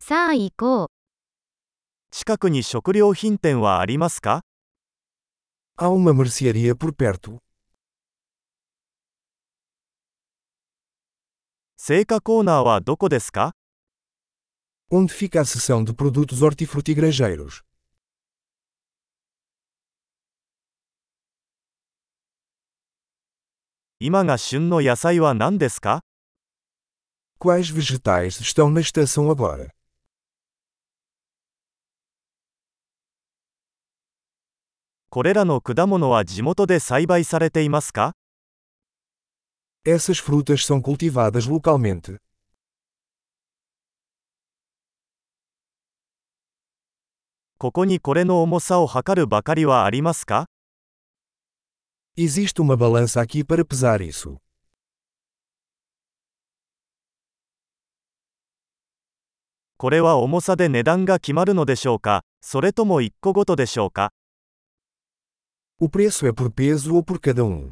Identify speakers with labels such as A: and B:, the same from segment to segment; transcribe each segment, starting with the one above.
A: さあ行こう。
B: 近くに食料品店はありますか
C: Há uma mercearia por perto.
B: 青果コーナーはどこですか
C: Onde fica a seção de produtos hortifrutigranjeiros?
B: 今が旬の野菜は何ですか
C: Quais vegetais estão na estação agora?
B: これらの果物は地元で栽培されていますか
C: Essas frutas são cultivadas localmente.
B: ここにこれの重さを測るばかりはありますか
C: Existe uma balança aqui para pesar isso.
B: これは重さで値段が決まるのでしょうかそれとも1個ごとでしょうか
C: O preço é por peso ou por cada um?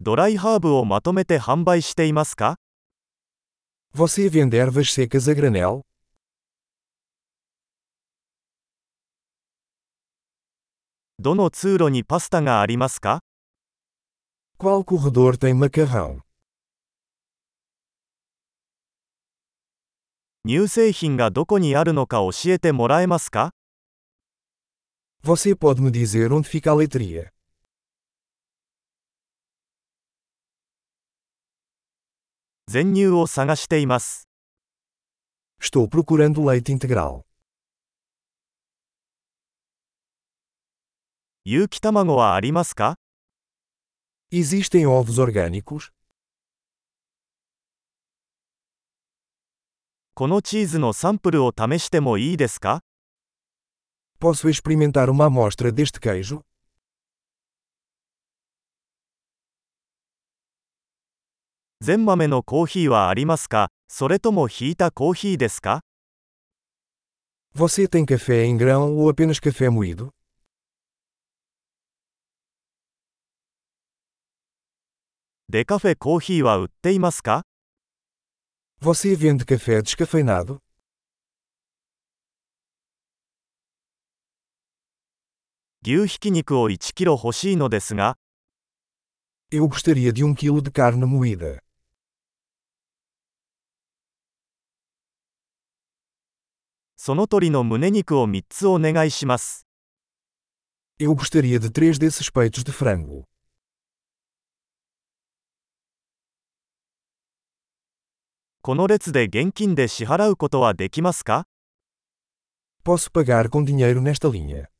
B: ドライハーブをまとめて販売していますか
C: Você vende ervas secas a granel?
B: どの通路にパスタがありますか
C: Qual corredor tem macarrão?
B: 乳製品がどこにあるのか教えてもらえますか
C: Você pode me dizer onde fica a leitria?
B: 全乳を探しています。
C: Estou procurando leite integral.
B: 有機卵はありますか
C: Existem ovos orgânicos?
B: このチーズのサンプルを試してもいいですか
C: Posso experimentar uma amostra deste queijo?
B: 全豆のコーヒーはありますかそれともひいたコーヒーですか
C: Você tem café em grão ou apenas café moído?
B: デカフェコーヒーは売っていますか
C: Você vende café descafeinado?
B: 牛ひき肉を1キロ欲しいのですが、
C: Eu gostaria de um quilo de carne moída.
B: その鳥の胸肉を3つお願いします。
C: Eu gostaria de três desses peitos de frango.
B: この列で現金で支払うことはできますか
C: Posso pagar com dinheiro nesta linha.